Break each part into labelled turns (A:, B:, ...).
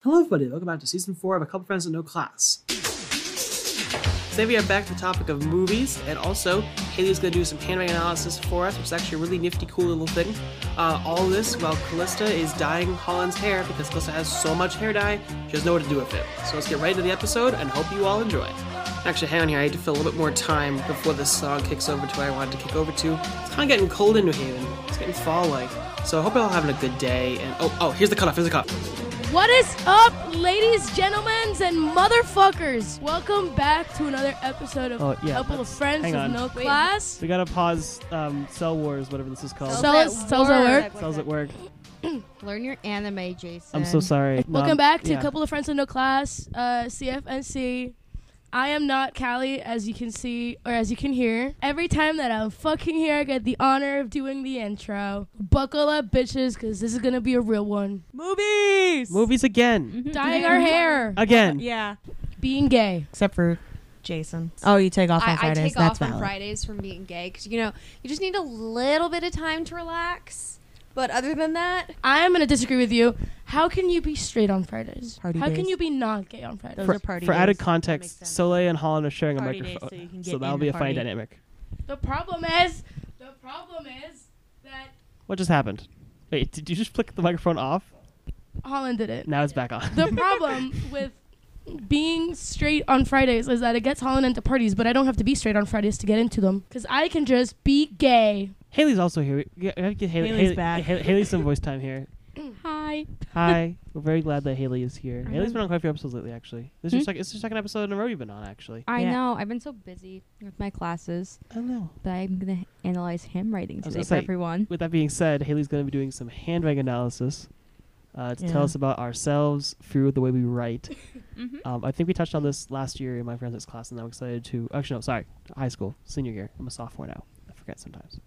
A: Hello, everybody. Welcome back to season four of A Couple Friends with No Class. Today we are back to the topic of movies, and also Haley's going to do some handwriting analysis for us, which is actually a really nifty, cool little thing. Uh, all this while Callista is dyeing Holland's hair because Callista has so much hair dye, she doesn't know what to do with it. So let's get right into the episode, and hope you all enjoy. Actually, hang on here. I need to fill a little bit more time before this song kicks over to where I wanted to kick over to. It's kind of getting cold in New Haven. It's getting fall-like. So I hope you're all having a good day. And oh, oh, here's the cutoff. Here's the cutoff.
B: What is up, ladies, gentlemen, and motherfuckers? Welcome back to another episode of
C: Oh, yeah,
B: Couple of
C: that's-
B: Friends
C: hang
B: with
C: on.
B: No
D: Wait.
B: Class.
C: We gotta pause um, Cell Wars, whatever this is called.
B: Cell- Cells at work.
C: Cells at work.
D: Learn your anime, Jason.
C: I'm so sorry.
B: Welcome
C: Mom,
B: back to
C: yeah.
B: Couple of Friends with No Class, uh, CFNC. I am not Callie, as you can see or as you can hear. Every time that I'm fucking here, I get the honor of doing the intro. Buckle up, bitches, because this is gonna be a real one.
E: Movies.
C: Movies again.
B: Dyeing our hair,
C: Again.
E: Mm-hmm. Yeah.
B: being gay.
E: Except for Jason. Oh, you take off on
D: I, I
E: Fridays.
D: take
E: That's
D: off
E: valid.
D: on Fridays from being gay because you know you just need a little bit of time to relax. But other than that,
B: I am gonna disagree with you. How can you be straight on Fridays?
E: Party
B: How can
E: days.
B: you be not gay on Fridays?
E: Those
C: for
E: are party
C: for added
E: days.
D: That
C: context,
D: makes sense.
C: Soleil and Holland are sharing a
E: Party days,
C: microphone,
E: so you can get
C: that'll
E: in
C: be
E: the
C: a fine
E: party.
C: dynamic.
B: The problem is, the problem is that
C: What just happened? Wait, did you just flick the microphone off?
B: Holland did it.
C: Now it's back on.
B: The problem with being straight on Fridays is that it gets Holland into parties, but I don't have to be straight on Fridays to get into them because I can just be gay.
C: Haley's also here. We- We gotta get Haley,
E: Haley's
C: Haley-
E: back.
C: Ha- Haley's some voice time here.
D: hi.
C: Hi. We're very glad that Haley is here. Haley's been on quite a few episodes lately, actually. This
E: Hmm?
C: is your sec- this is your second episode in a row you've been on, actually.
D: I
E: Yeah.
D: know I've been so busy with my classes
C: I don't know.
D: that I'm gonna analyze handwriting
C: I was
D: today
C: gonna
D: for
C: say-
D: everyone.
C: with that being said, Haley's going to be doing some handwriting analysis uh, to
E: Yeah.
C: tell us about ourselves through the way we write.
D: Mhm.
C: um, I think we touched on this last year in my forensics class, and I'm excited to. oh, Actually, no, sorry, high school, senior year. I'm a sophomore now. I forget sometimes.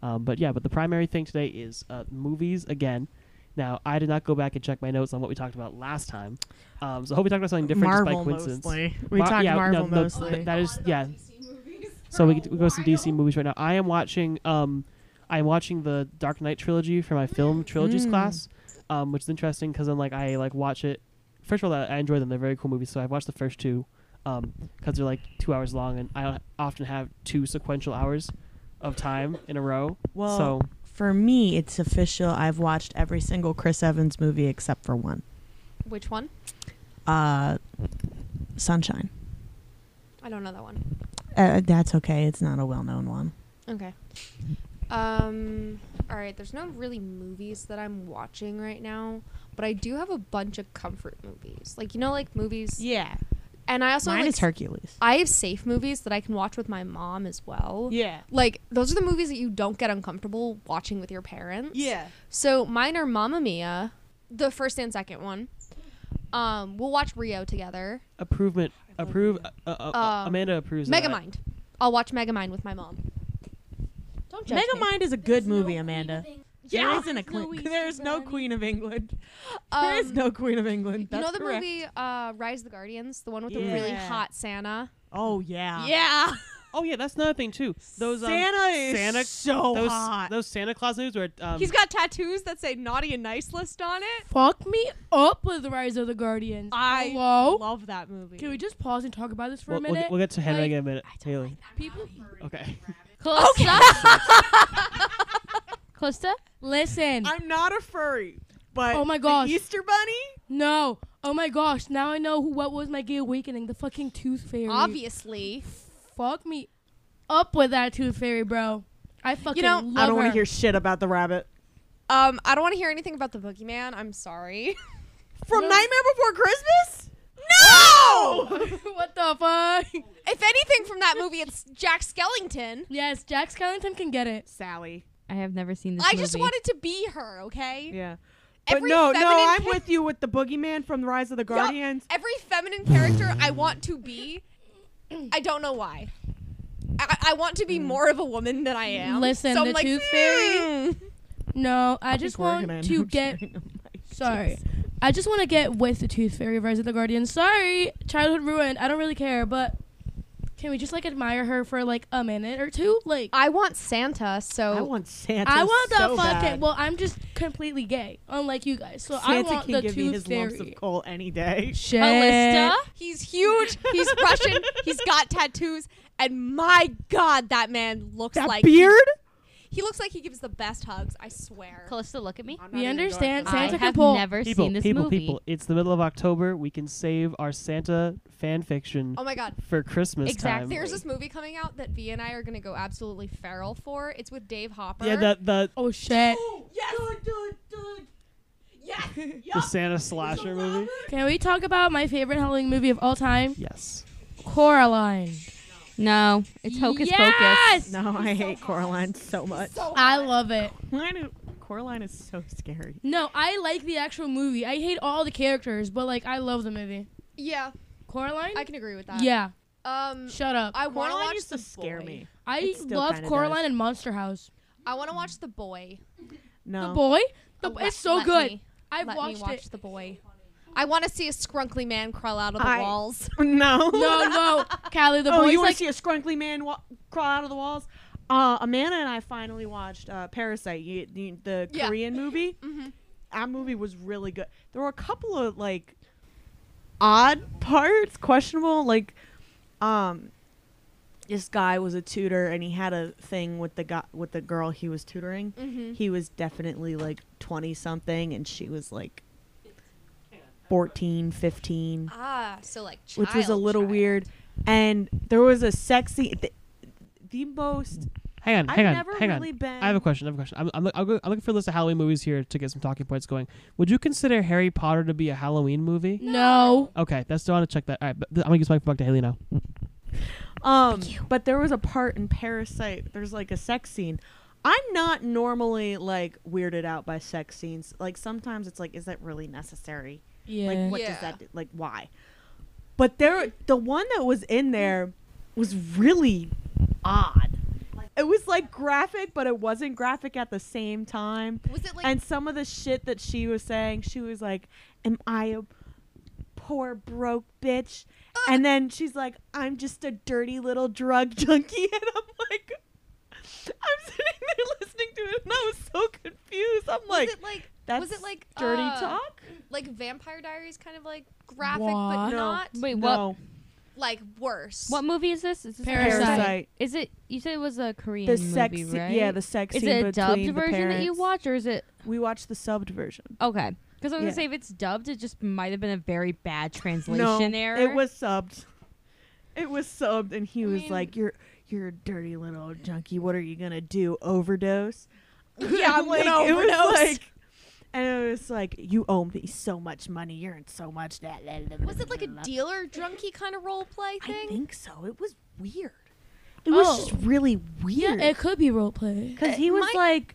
C: Um, but yeah, but the primary thing today is uh, movies again. Now, I did not go back and check my notes on what we talked about last time, um, so I hope we talked about something different just by
E: Marvel
C: coincidence.
E: mostly. We
C: Mar-
E: talked
C: yeah, no,
E: Marvel
C: no,
E: mostly.
C: th- that is yeah. So we, get we go some DC movies right now. I am watching um, I am watching the Dark Knight trilogy for my film trilogies
E: Mm.
C: class, um, which is interesting because I'm like I like watch it. First of all, I I enjoy them. They're very cool movies. So I've watched the first two because they're like two hours long, and I don't often have two sequential hours of time in a row.
E: Well,
C: so
E: for me, it's official. I've watched every single Chris Evans movie except for one.
D: Which one?
E: Uh, Sunshine.
D: I don't know that one.
E: Uh, that's okay. It's not a well-known one.
D: Okay. Um. All right. There's no really movies that I'm watching right now, but I do have a bunch of comfort movies. Like you know, like movies.
E: Yeah.
D: And I also have,
E: Mine
D: like,
E: is Hercules.
D: I have safe movies that I can watch with my mom as well.
E: Yeah.
D: Like those are the movies that you don't get uncomfortable watching with your parents. So mine are Mamma Mia, the first and second one. Um, we'll watch Rio together.
C: approvement approve uh, uh, uh,
D: Um,
C: Amanda approves. of that.
D: Megamind. I'll watch Megamind with my mom. Don't judge me.
E: Megamind is a good movie, Amanda. there
B: Yeah.
E: isn't a
B: No,
E: queen.
B: we-
E: there is no
B: Ronnie.
E: Queen of England.
D: Um,
E: there is no Queen of England.
D: you
E: That's
D: know the
E: correct.
D: movie uh, Rise of the Guardians, the one with the really
E: Yeah.
D: hot Santa.
E: Oh yeah.
D: Yeah.
C: Oh yeah, that's another thing too. Those um,
E: Santa is
C: Santa-
E: so
C: those
E: hot.
C: those Santa Claus movies where um,
D: He's got tattoos that say naughty and nice list on it.
B: Fuck me up with Rise of the Guardians.
E: I
B: Hello?
E: love that movie.
B: Can we just pause and talk about this for
C: we'll,
B: a
C: we'll,
B: minute?
C: get- we'll get to handwriting in a minute.
B: I don't
C: Haley.
B: like that People,
C: Okay.
B: Calista,
D: Calista?
B: listen.
E: I'm not a furry, but
B: Oh my
E: the
B: gosh.
E: Easter Bunny.
B: No. Oh my gosh. Now I know who, what was my gay awakening. The fucking tooth
E: Mm.
B: fairy.
D: Obviously.
B: Fuck me up with that tooth fairy, bro. I fucking
D: know, I
B: love
E: I don't want
B: her.
E: to hear shit about the rabbit
D: Um, I don't want to hear anything about the boogeyman. I'm sorry.
E: from
B: No.
E: Nightmare Before Christmas.
D: No!
B: what the fuck?
D: if anything from that movie, it's Jack Skellington.
B: yes, Jack Skellington can get it.
E: Sally.
F: I have never seen this
D: I
F: movie.
D: just wanted to be her, okay?
E: Yeah.
D: Every
E: but no,
D: feminine
E: no, I'm
D: cha-
E: with you with the boogeyman from the Rise of the
D: Yup.
E: Guardians.
D: Every feminine character I want to be, I don't know why. I, I want
E: Mm.
D: to be more of a woman than I am.
B: Listen,
D: so I'm
B: the
D: like,
B: tooth fairy-
D: "Hmm."
B: No, I
E: I'll be
B: just
E: working
B: want
E: on
B: to
E: it.
B: get.
E: Oh my
B: Sorry.
E: Jesus.
B: I just want to get with the Tooth Fairy of Rise of the Guardian. Sorry, childhood ruined. I don't really care, but Can we just like admire her for like a minute or two? Like I,
D: I want Santa, so
F: I want Santa.
B: want the
F: so
B: fucking.
F: bad.
B: Well, I'm just completely gay, unlike you guys. So
F: Santa
B: I want
F: can
B: the
F: give
B: tooth
F: me his lumps
B: fairy.
F: of coal any day.
B: Shit.
D: Alista, he's huge, he's Russian, he's got tattoos, and my God, that man looks
F: That
D: like
F: beard.
D: He, he looks like he gives the best hugs. I swear.
G: Calista, look at me.
B: We understand
G: I
B: Santa can
G: have
B: pull.
G: never
C: People,
G: seen this
C: people,
G: movie.
C: people! It's the middle of October. We can save our Santa fan fiction
D: Oh my God.
C: for Christmas
G: Exactly.
C: time.
D: There's this movie coming out that V and I are gonna go absolutely feral for. It's with Dave Hopper.
C: Yeah, the the,
B: oh shit.
D: yes, yes.
C: the Santa slasher movie.
B: Can we talk about my favorite Halloween movie of all time?
C: Yes.
B: Coraline.
G: No, it's Hocus Pocus.
B: yes!
F: No, I hate Coraline so much.
B: I love it.
F: Mine is- Coraline is so scary.
B: No, I like the actual movie. I hate all the characters, but like I love the movie.
D: Yeah,
B: Coraline?
D: I can agree with that.
B: yeah.
D: Um,
B: Shut up.
D: I want to
F: Coraline
D: watch
F: used
D: the
F: to scare
D: boy.
F: me.
B: I
F: It still
B: love
F: kinda
B: Coraline
F: does.
B: and Monster House.
D: I want to watch the boy.
F: No.
B: The boy? The,
D: Oh,
B: bo-
D: let-
B: it's so
D: let
B: good.
D: me-
B: I've
D: let
B: watched
D: me watch
B: it.
D: the boy. I want to see a scrunkly man crawl out of the
F: I-
D: walls.
F: No.
B: no, no. Callie, the
F: oh,
B: boy's
F: you want
B: like
F: to see a scrunkly man wa- crawl out of the walls? Uh, Amanda and I finally watched uh, Parasite, y- the, the
D: Yeah.
F: Korean movie.
B: Mm-hmm.
D: Mhm.
F: That movie was really good. There were a couple of like odd parts, questionable. Like, um, this guy was a tutor and he had a thing with the guy with the girl he was tutoring.
D: Mm-hmm.
F: He was definitely like twenty something, and she was like 14, 15
D: Ah, so like
F: which was a
D: child,
F: little
D: child.
F: weird. And there was a sexy, the, the most.
C: Hang on,
F: I've
C: hang on,
F: never
C: hang
F: really
C: on.
F: been.
C: I have a question. I have a question. I'm, I'm, look- I'll go, I'm looking for a list of Halloween movies here to get some talking points going. Would you consider Harry Potter to be a Halloween movie?
B: No.
C: Okay, that's still on to check that. All right, but th- I'm gonna give my back to Haley now.
F: um, but there was a part in Parasite. There's like a sex scene. I'm not normally like weirded out by sex scenes. Like sometimes it's like, is that really necessary?
B: Yeah.
F: Like, what
D: Yeah.
F: does that do? like? Why? But there, the one that was in there was really odd. It was like graphic, but it wasn't graphic at the same time.
D: Was it like
F: and some of the shit that she was saying, she was like, "Am I a poor broke bitch?"
D: Uh.
F: and then she's like, "I'm just a dirty little drug junkie," and I'm like, I'm sitting there listening to it, and I was so confused. I'm
D: was
F: like,
D: it like
F: "That's
D: was it like
F: dirty
D: uh,
F: talk?"
D: Like Vampire Diaries, kind of like graphic,
B: What?
D: but
F: No.
D: not
G: Wait, what?
F: no,
D: like worse.
G: What movie is this? Is this
B: Parasite.
G: Is it? You said it was a Korean
F: the sex,
G: movie,
F: scene-
G: right?
F: yeah, the sex
G: Is
F: scene
G: it a dubbed
F: between the
G: version that you
F: parents.
G: watch, or is it
F: We watched the subbed version.
G: okay? Because I was
F: Yeah.
G: gonna say if it's dubbed, it just might have been a very bad translation
F: No,
G: error.
F: it was subbed. It was subbed, and he
D: I
F: was
D: mean-
F: like, "You're you're a dirty little junkie. What are you gonna do? Overdose?" Yeah, I'm like, it was like, and it was like, "You owe me so much money. You're in so much debt." blah, blah, blah,
D: was it like a
F: blah, blah."
D: dealer drunky kind of role play
F: I
D: thing?
F: think so. It was weird. It was
B: Oh.
F: just really
B: Yeah,
F: weird
B: it could be role play.
F: because
D: it
F: he was
D: might-
F: like,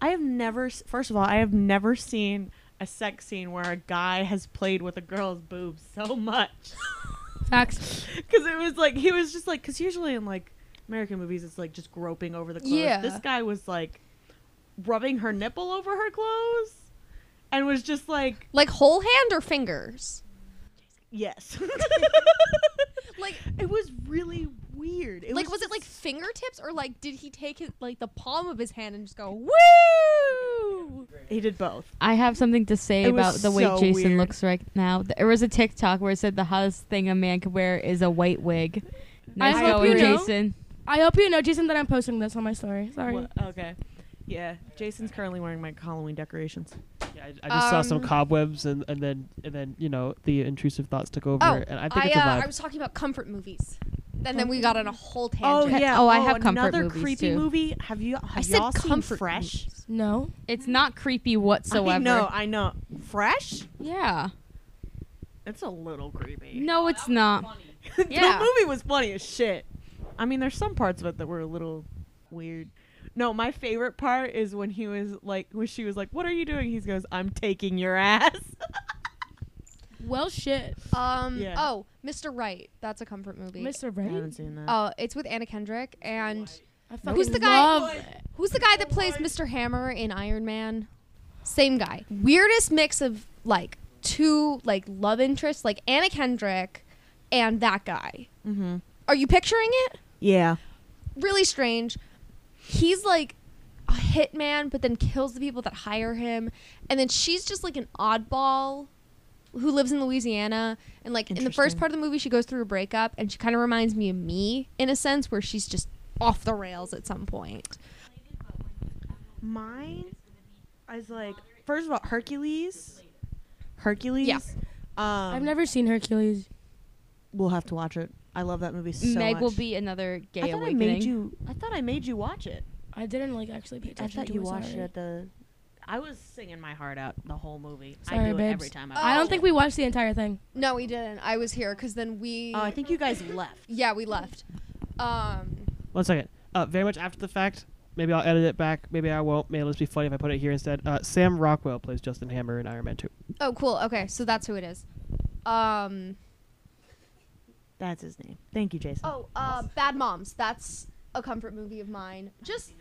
F: "I have never. s- First of all, I have never seen." A sex scene where a guy has played with a girl's boobs so much.
B: Facts.
F: Because it was like he was just like because usually in like American movies it's like just groping over the clothes.
D: Yeah.
F: This guy was like rubbing her nipple over her clothes, and was just like
D: Like whole hand or fingers?
F: yes.
D: Like
F: it was really weird. It
D: like
F: was,
D: was it like
F: just-
D: fingertips or like did he take his, like the palm of his hand and just go woo?
F: he did both?
G: I have something to say
F: It
G: about
F: was
G: the way
F: so
G: Jason
F: weird.
G: looks right now. Th- There was a TikTok where it said the hottest thing a man could wear is a white wig. Nice
B: hope
G: going,
B: you know.
G: Jason.
B: I hope you know, Jason, that I'm posting this on my story. Sorry.
F: Well, okay. Yeah, Jason's currently wearing my Halloween decorations.
C: Yeah, I, I just saw some
D: Um,
C: cobwebs, and, and then and then you know the intrusive thoughts took over,
D: Oh,
C: and I think
D: I,
C: it's a
D: uh,
C: vibe.
D: I was talking about comfort movies, and then we got on a whole tangent.
F: Oh yeah.
G: Oh, I have comfort
F: another
G: movies,
F: creepy
G: too.
F: movie. Have you? Have
D: I said
F: y'all seen
D: comfort
F: Fresh?
B: No.
G: It's not creepy
F: I
G: whatsoever.
F: know. I know. Fresh?
G: Yeah.
F: It's a little creepy.
G: No, it's not.
D: Yeah.
F: the movie was funny as shit. I mean, there's some parts of it that were a little weird. No, my favorite part is when he was like, when she was like, "What are you doing?" He goes, "I'm taking your ass."
B: Well, shit.
D: Um.
F: Yeah.
D: Oh, Mr. Right. That's a comfort movie.
B: Mr. Right?
F: seen that.
D: Oh, it's with Anna Kendrick and
B: I fucking
D: Who's the guy-
B: love it.
D: who's the guy that plays Mr. Hammer in Iron Man? Same guy. Weirdest mix of like two like love interests, like Anna Kendrick and that guy.
F: Mm-hmm.
D: Are you picturing it?
F: Yeah.
D: Really strange. He's like a hitman, but then kills the people that hire him. And then she's just like an oddball who lives in Louisiana. And like in the first
H: Interesting.
D: part of the movie, she goes through a breakup, and she kind of reminds me of me in a sense, where she's just off the rails at some point.
F: Mine is like first of all Hercules. Hercules.
D: Yeah.
F: Um,
B: I've never seen Hercules.
H: We'll have to watch it. I love that movie so
I: Meg
H: much.
I: will be another gay
F: I thought I
I: awakening.
F: made you. I thought I made you watch it.
B: I didn't like actually pay
F: I
B: attention
F: thought
B: to
F: you
B: it,
F: watched
B: sorry.
F: it at the. I was singing my heart out the whole movie. I
B: Sorry,
F: do it
B: babes.
F: every time. I,
D: Oh.
B: I
F: watch
B: don't think
F: it.
B: we watched the entire thing.
D: No, we didn't. I was here because then we.
F: Oh, I think you guys left.
D: yeah, we left. Um,
C: One second. Uh, very much after the fact. Maybe I'll edit it back. Maybe I won't. Maybe it'll just be funny if I put it here instead. Uh, Sam Rockwell plays Justin Hammer in Iron Man 2.
D: oh, cool. Okay, so that's who it is. Um,
F: That's his name. Thank you, Jason.
D: oh, uh, Bad Moms. That's a comfort movie of mine. Just.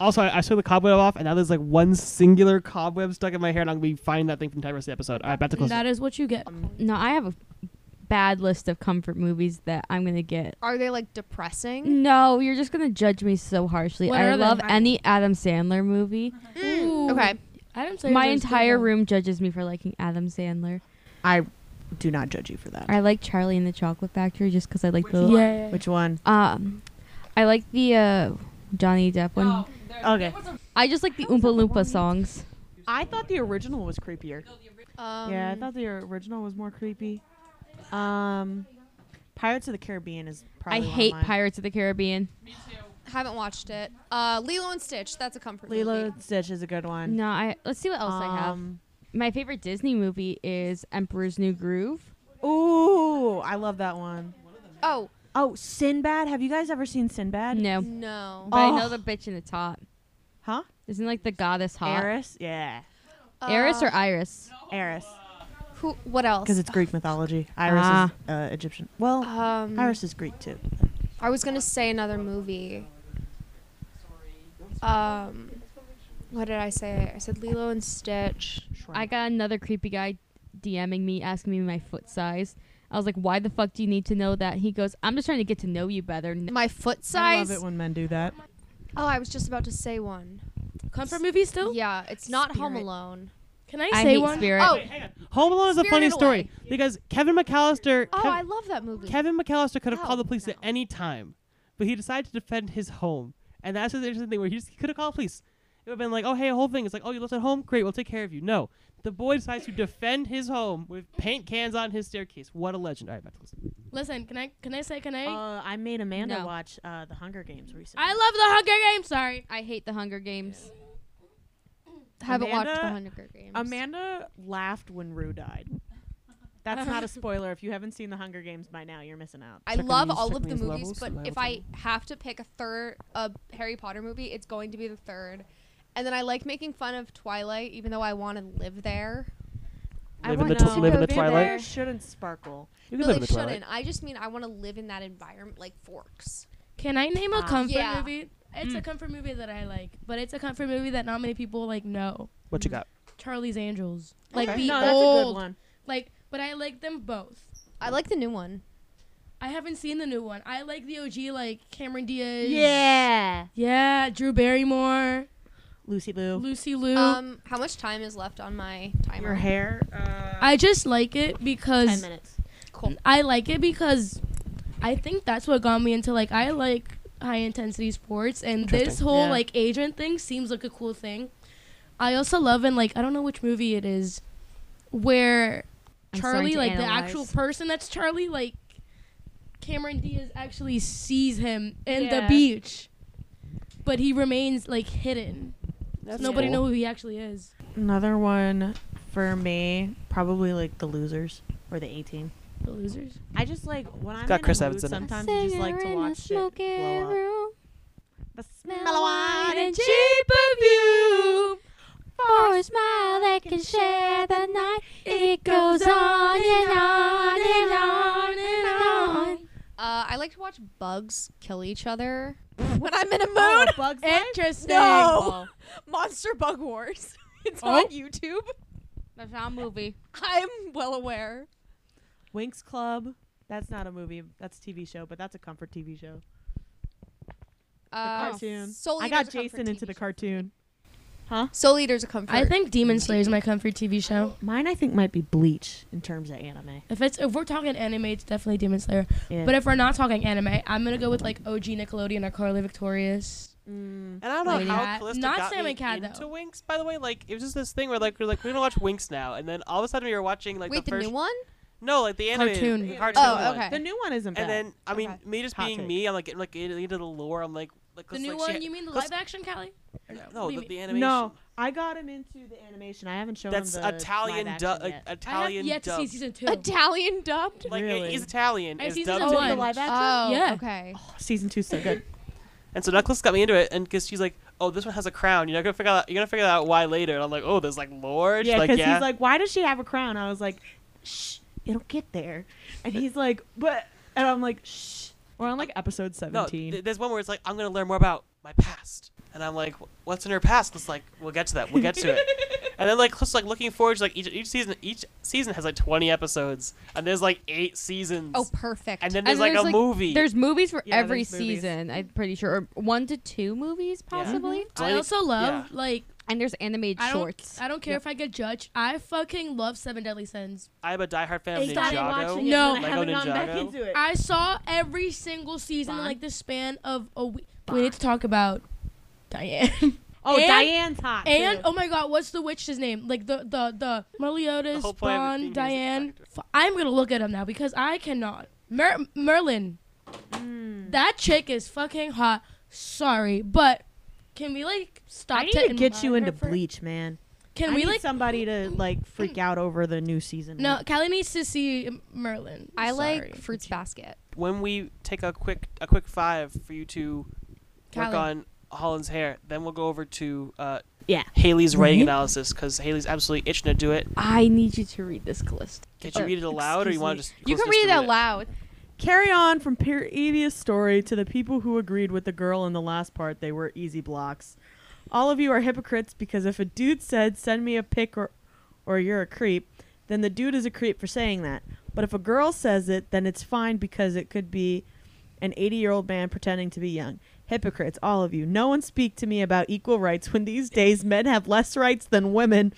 C: Also, I, I took the cobweb off, and now there's like one singular cobweb stuck in my hair, and I'm going to be finding that thing from the entire rest of the episode. All right, back to close.
B: That is what you
F: Um,
B: get.
I: No, I have a bad list of comfort movies that I'm gonna get.
D: Are they like depressing?
I: No, you're just gonna judge me so harshly.
B: What
I: I
B: are they?
I: love any Adam Sandler movie.
B: Ooh.
D: Okay.
B: Adam Sandler's
I: My
B: good
I: entire
B: one.
I: room judges me for liking Adam Sandler.
H: I do not judge you for that.
I: I like Charlie and the Chocolate Factory just because I like the
B: Yeah, yeah, yeah.
H: Which one?
I: um, I like the uh, Johnny Depp one.
F: Okay.
I: I just like the Oompa Loompa songs.
F: I thought the original was creepier.
D: Um,
F: yeah, I thought the original was more creepy. Um, Pirates of the Caribbean is
I: I
F: probably. one of
I: hate
F: mine.
I: Pirates of the Caribbean.
D: haven't watched it. Uh, Lilo and Stitch. That's a comfort
F: Lilo
D: movie.
F: and Stitch is a good one.
I: No, I let's see what else I have.
F: Um,
I: My favorite Disney movie is Emperor's New Groove.
F: Ooh, I love that one.
D: Oh
F: Oh, Sinbad. Have you guys ever seen Sinbad?
I: No,
D: no.
I: but I
F: Oh.
I: know the bitch in the top.
F: Huh?
I: Isn't like the goddess hot?
F: Eris? Yeah.
I: Eris
D: Uh,
I: or Iris?
F: Eris.
D: who? What else?
H: Because it's Greek mythology. Iris
I: Ah.
H: is uh, Egyptian. Well,
F: Mm.
D: Um,
H: Iris is Greek too.
D: I was gonna say another movie. Um, what did I say? I said Lilo and Stitch.
I: I got another creepy guy DMing me asking me my foot size. I was like, "Why the fuck do you need to know that?" He goes, "I'm just trying to get to know you better." N-
D: My foot
H: I love
D: size.
H: it when men do that.
D: oh, I was just about to say one.
B: comfort movie still.
D: Yeah, it's not Home
I: Spirit.
D: Alone.
B: Can I
I: I
B: say
I: hate
B: one?
I: Spirit.
D: Oh,
C: Home Alone is a funny
D: Spirited
C: story
D: Away.
C: because Kevin McAllister.
D: oh,
C: Kev-
D: I love that movie.
C: Kevin McAllister could have called
D: Oh,
C: the police at
D: no.
C: any time, but he decided to defend his home, and that's the interesting thing where he, just, he could have called the police. It would have been like, oh hey, a whole thing. It's like, oh you left at home, great, we'll take care of you. No, the boy decides to defend his home with paint cans on his staircase. What a legend! All right, back to listen.
B: Listen, can I can I say can I?
F: Uh, I made Amanda
I: No.
F: watch uh, The Hunger Games recently.
B: I love the Hunger Games. Sorry.
I: I hate the Hunger Games.
D: Haven't watched the
F: Amanda-
D: Hunger Games.
F: Amanda laughed when Rue died. That's not a spoiler. If you haven't seen The Hunger Games by now, you're missing out.
D: I
C: Second
D: love
C: these-
D: all
C: second
D: of the
C: these
D: movies,
C: levels,
D: but
C: and I
D: if
C: will
D: I have to pick a third a Harry Potter movie, it's going to be the third. And then I like making fun of Twilight, even though I want to live there.
F: I
C: Live in the
F: wanna-
C: tw- live in the
D: November.
C: twilight.
F: shouldn't sparkle.
C: You can
D: No, they
C: live in the twilight.
D: shouldn't. I just mean I want to live in that environment, like Forks.
B: Can I name a
F: Uh,
B: comfort
D: yeah.
B: movie? It's a comfort movie that I like, but it's a comfort movie that not many people like know.
C: What you got?
B: Charlie's Angels. Like the
F: no, that's
B: old,
F: a good one.
B: like, but I like them both.
D: I like the new one.
B: I haven't seen the new one. I like the OG, like Cameron Diaz.
F: Yeah.
B: Yeah, Drew Barrymore,
F: Lucy Lou.
B: Lucy Liu.
D: Um, how much time is left on my timer?
F: Your hair. Uh,
B: I just like it because
F: minutes.
B: I like it because I think that's what got me into like I like high intensity sports and this
C: Interesting.
B: whole
F: Yeah.
B: like agent thing seems like a cool thing. I also love in like I don't know which movie it is where
I: I'm starting
B: Charlie
I: to
B: like the actual
I: analyze.
B: person that's Charlie like Cameron Diaz actually sees him in the
I: Yeah.
B: beach. But he remains like hidden.
C: That's
B: Nobody know knows who he actually is.
F: Another one for me, probably like The Losers or The 18.
B: The losers.
F: I just like when I'm
C: got
F: in
C: Chris
F: a
C: Evans
F: mood,
C: in it.
F: sometimes you just like to watch shit blow up.
I: room,
F: The
I: smell of wine and cheap perfume. For a smile that can share the night, it goes on and on and on and on.
D: Uh, I like to watch bugs kill each other when I'm in a mood.
F: Oh, Bugs Life?
B: Interesting.
D: No. Monster Bug Wars. It's on
B: Oh.
D: YouTube.
I: That's our movie.
D: I'm well aware.
F: Winx Club. That's not a movie. That's a TV show, but that's a comfort TV show.
D: Uh,
F: cartoon.
D: Soul
F: I
D: Eater's
F: got
D: a comfort
F: Jason into
D: TV
F: the
D: show.
F: cartoon.
D: Soul Eater's a comfort.
B: I think Demon Slayer is my comfort TV show.
F: Mine, I think, might be Bleach in terms of anime.
B: If it's if we're talking anime, it's definitely Demon Slayer.
F: Yeah.
B: But if we're not talking anime, I'm gonna go with like OG Nickelodeon or Carly Victorious.
F: Mm.
C: And I don't know
B: Lady
C: how
B: Hat.
C: Calista
B: Not
C: got
B: Sam
C: me
B: and Cat, though.
C: into Winx. By the way, like it was just this thing where like we're like we're gonna watch Winx now, and then all of a sudden we were watching like
D: Wait,
C: the
D: the,
C: first
D: new one?
C: no, like the anime
B: Cartoon.
C: the
F: Oh,
C: cartoon
D: okay.
C: one.
F: The new one isn't bad.
C: And then I mean,
D: Okay.
C: me just
F: Hot
C: being
F: take.
C: me, I'm like getting like getting into the lore. I'm like, like
B: The
C: let's,
B: new
C: like,
B: one?
C: shit-
B: You mean the
C: let's-
B: live action Callie?
C: No,
B: What do you
C: the,
B: mean?
C: the animation.
F: No, I got him into the animation. I haven't shown
C: that's
F: him the
C: Italian uh,
F: live
C: dub.
F: action yet.
C: Italian
B: I have yet
C: dub.
B: to see season two.
D: Italian dubbed?
C: like
F: Really?
C: he's Italian.
B: I
C: it's
B: see season
C: dubbed
F: Oh,
B: one.
F: the
C: in-
F: live action.
D: Oh,
B: Yeah.
D: okay.
F: Oh, season two's so good.
C: And so Nicholas got me into it, and because she's like, "Oh, this one has a crown. You're not gonna figure out. You're gonna figure out why later." And I'm like, "Oh, there's like lore." She's
F: yeah,
C: like,
F: because
C: yeah.
F: he's like, why does she have a crown? I was like, shh, it'll get there. And he's like, but, and I'm like, shh. We're on like episode
C: no,
F: 17.
C: th- there's one where it's like, "I'm gonna learn more about my past," and I'm like, "Wh- "What's in her past?" It's like, "We'll get to that. We'll get to it." and then like, just like looking forward to like each each season. Each season has like 20 episodes, and there's like eight seasons.
D: Oh, perfect.
C: and then there's like a movie.
I: There's movies for
F: Yeah,
I: every
F: there's movies.
I: season. I'm pretty sure, or one to two movies possibly.
C: It's
B: I
C: only-
B: also love
C: yeah.
B: like
I: And there's animated
B: I don't
I: shorts.
B: I don't care if I get judged. I fucking love Seven Deadly Sins.
C: I'm a diehard fan of
B: Started
C: Ninjago.
B: it. No.
F: and I
C: Lego
F: haven't gone back
C: Ninjago.
F: into it.
B: I saw every single season in
I: Bon.
B: like the span of a week. We need to talk about Diane.
F: oh,
B: and-
F: Diane's hot.
B: And
F: too.
B: oh my god, what's the witch's name? Like the the the
C: The
B: Meliodas,
C: whole point of it being
B: Bon,
C: is
B: Diane.
C: the
B: F- I'm gonna look at him now because I cannot. Mer- Merlin,
F: Mm.
B: that chick is fucking hot. Sorry, but can we like stop?
F: I need to get you into
B: bleed.
F: Bleach, man.
B: Can
F: I
B: we
F: need
B: like?
F: somebody to like freak out over the new season.
B: No, Callie needs to see Merlin.
D: I
B: Sorry.
D: like Fruits Basket.
C: when we take a quick a quick five for you to work
B: Callie.
C: on Holland's hair, then we'll go over to uh,
F: Yeah.
C: Haley's writing analysis because Haley's absolutely itching to do it.
I: I need you to read this, Calista.
C: Did you
I: Uh,
C: read it aloud, or you
F: excuse
C: want
F: me.
C: to just
D: You
C: Chris just
D: can read it
C: to
D: out loud.
F: Carry on from previous story to the people who agreed with the girl in the last part. They were easy blocks. All of you are hypocrites because if a dude said, "Send me a pic," or, or "You're a creep," then the dude is a creep for saying that. But if a girl says it, then it's fine because it could be an 80-year-old man pretending to be young. Hypocrites, all of you. No one speak to me about equal rights when these days men have less rights than women.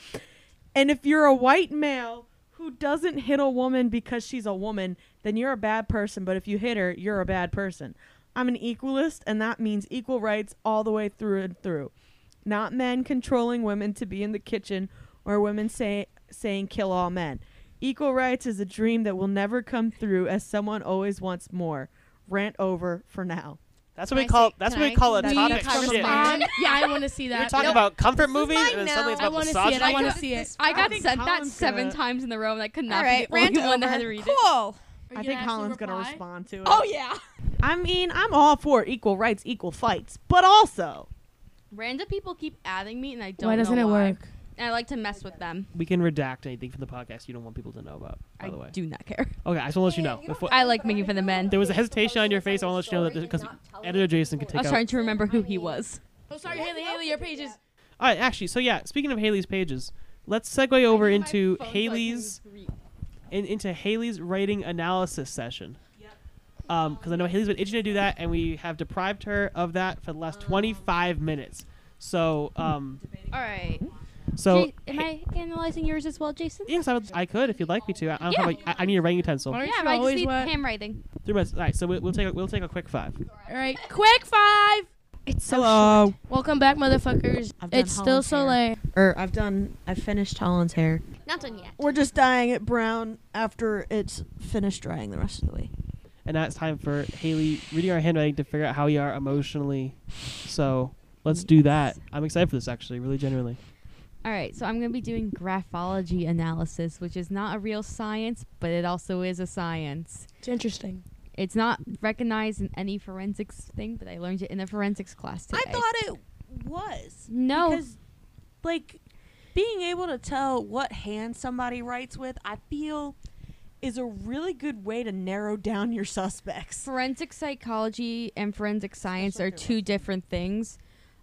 F: And if you're a white male who doesn't hit a woman because she's a woman, then you're a bad person. But if you hit her, you're a bad person. I'm an equalist, and that means equal rights all the way through and through. Not men controlling women to be in the kitchen or women say, saying kill all men. Equal rights is a dream that will never come through as someone always wants more. Rant over for now.
C: That's what we
D: Can I
C: call
D: say-
C: that's
D: can
C: what we
D: I-
C: call a
D: can
B: I
C: topic
D: respond?
C: shit.
D: Respond?
B: Um, yeah, I want to see that.
C: You're talking
D: Nope.
C: about comfort
D: is
C: movies,
D: mine
C: and then suddenly it's
D: now.
B: I
C: about
B: want to see it. I
C: misogyny?
B: want to
D: This-
B: see it.
D: this-
I: I got
F: think
I: sent that
F: Colin's
I: 7
F: gonna-
I: times in a row, and I could not
D: All right,
I: be the
D: rant
I: only one that
D: over.
I: had to read it.
D: cool.
B: Are you
F: I
B: gonna
F: think
B: actually
F: Colin's going to
B: reply?
F: respond to it.
D: Oh yeah.
F: I mean, I'm all for equal rights, equal fights, but also
I: Random people keep adding me, and I don't.
B: Why doesn't
I: know
B: it
I: why.
B: work?
I: And I like to mess with them.
J: We can redact anything from the podcast you don't want people to know about. By
I: I
J: the way,
I: do not care.
J: okay, I just want to let you know. Before,
I: I like making fun of men.
J: there was a hesitation on your face. I want to let you know that because editor Jason could
I: I
J: take
I: was
J: out.
I: trying to remember who he was.
B: Oh, sorry, Haley. Haley, your page is.
J: All right, actually, so yeah, speaking of Haley's pages, let's segue over into Haley's in, into Haley's writing analysis session. Um, because I know Haley's been itching to do that, and we have deprived her of that for the last 25 minutes. So, um,
D: All right.
J: so
I: am I analyzing yours as well, Jason?
J: yes, I, would, I could if you'd like me to. I, I don't have
I: Yeah.
J: a, I, I need a writing utensil.
B: Why don't
I: Yeah,
B: you
I: but I just
B: always
I: need
B: want-
I: handwriting.
J: Three minutes. All right, so we, we'll take a, we'll take a quick five.
B: All right, quick five.
D: It's
F: Hello.
B: Welcome back, motherfuckers.
K: I've done
B: It's still
K: Holland's
B: so
K: hair.
B: late.
K: Or I've done. I've finished Holland's hair.
I: Not done yet.
K: We're just dyeing it brown after it's finished drying the rest of the way.
J: And now it's time for Haley reading our handwriting to figure out how we are emotionally. So let's do that. I'm excited for this actually, really genuinely.
I: All right, so I'm going to be doing graphology analysis, which is not a real science, but it also is a science.
B: It's interesting.
I: It's not recognized in any forensics thing, but I learned it in a forensics class today. Oh.
K: I thought it was
I: no,
K: because, like, being able to tell what hand somebody writes with, I feel, is a really good way to narrow down your suspects.
I: forensic psychology and forensic science are
K: Especially
I: two different things.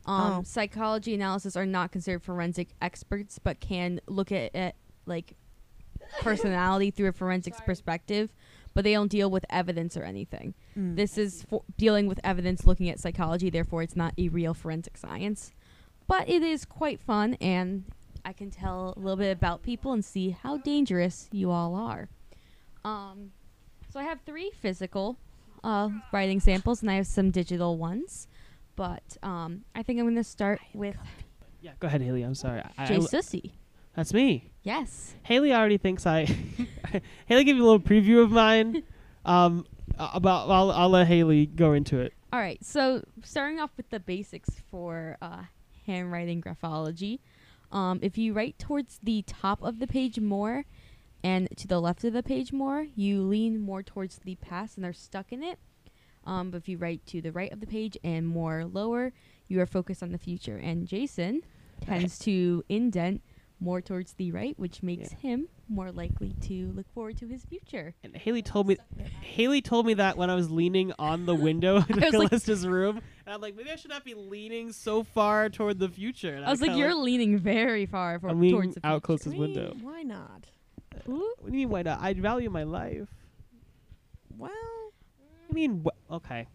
I: Um,
K: Oh.
I: Psychology analysis are not considered forensic experts, but can look at it like personality through a forensics perspective. but they don't deal with evidence or anything.
K: Hmm.
I: This is for dealing with evidence, looking at psychology. Therefore, it's not a real forensic science, but it is quite fun, and I can tell a little bit about people and see how dangerous you all are. Um, so I have three physical uh, writing samples, and I have some digital ones. But um, I think I'm going to start with
C: Yeah, go ahead, Haley. I'm sorry. I- I-
I: Jay Sussy.
C: that's me.
I: Yes.
C: Haley already thinks I. Haley gave you a little preview of mine. Um, uh, about I'll, I'll let Haley go into it.
I: All right, so starting off with the basics for uh, handwriting graphology. Um, if you write towards the top of the page more and to the left of the page more, you lean more towards the past and are stuck in it. Um, but if you write to the right of the page and more lower, you are focused on the future. And Jason tends to indent more towards the right, which makes him more likely to look forward to his future.
C: And Haley told me, Haley told me that when I was leaning on the window in
I: was like-
C: Calista's room, and I'm like, maybe I should not be leaning so far toward the future. And
I: I was like,
C: kinda
I: you're leaning very far for,
C: I'm
I: towards
C: leaning
I: the
C: out
I: future.
C: close to his window.
E: Why not?
C: What do you mean why not? I value my life.
E: Well,
C: I mean, wh- okay,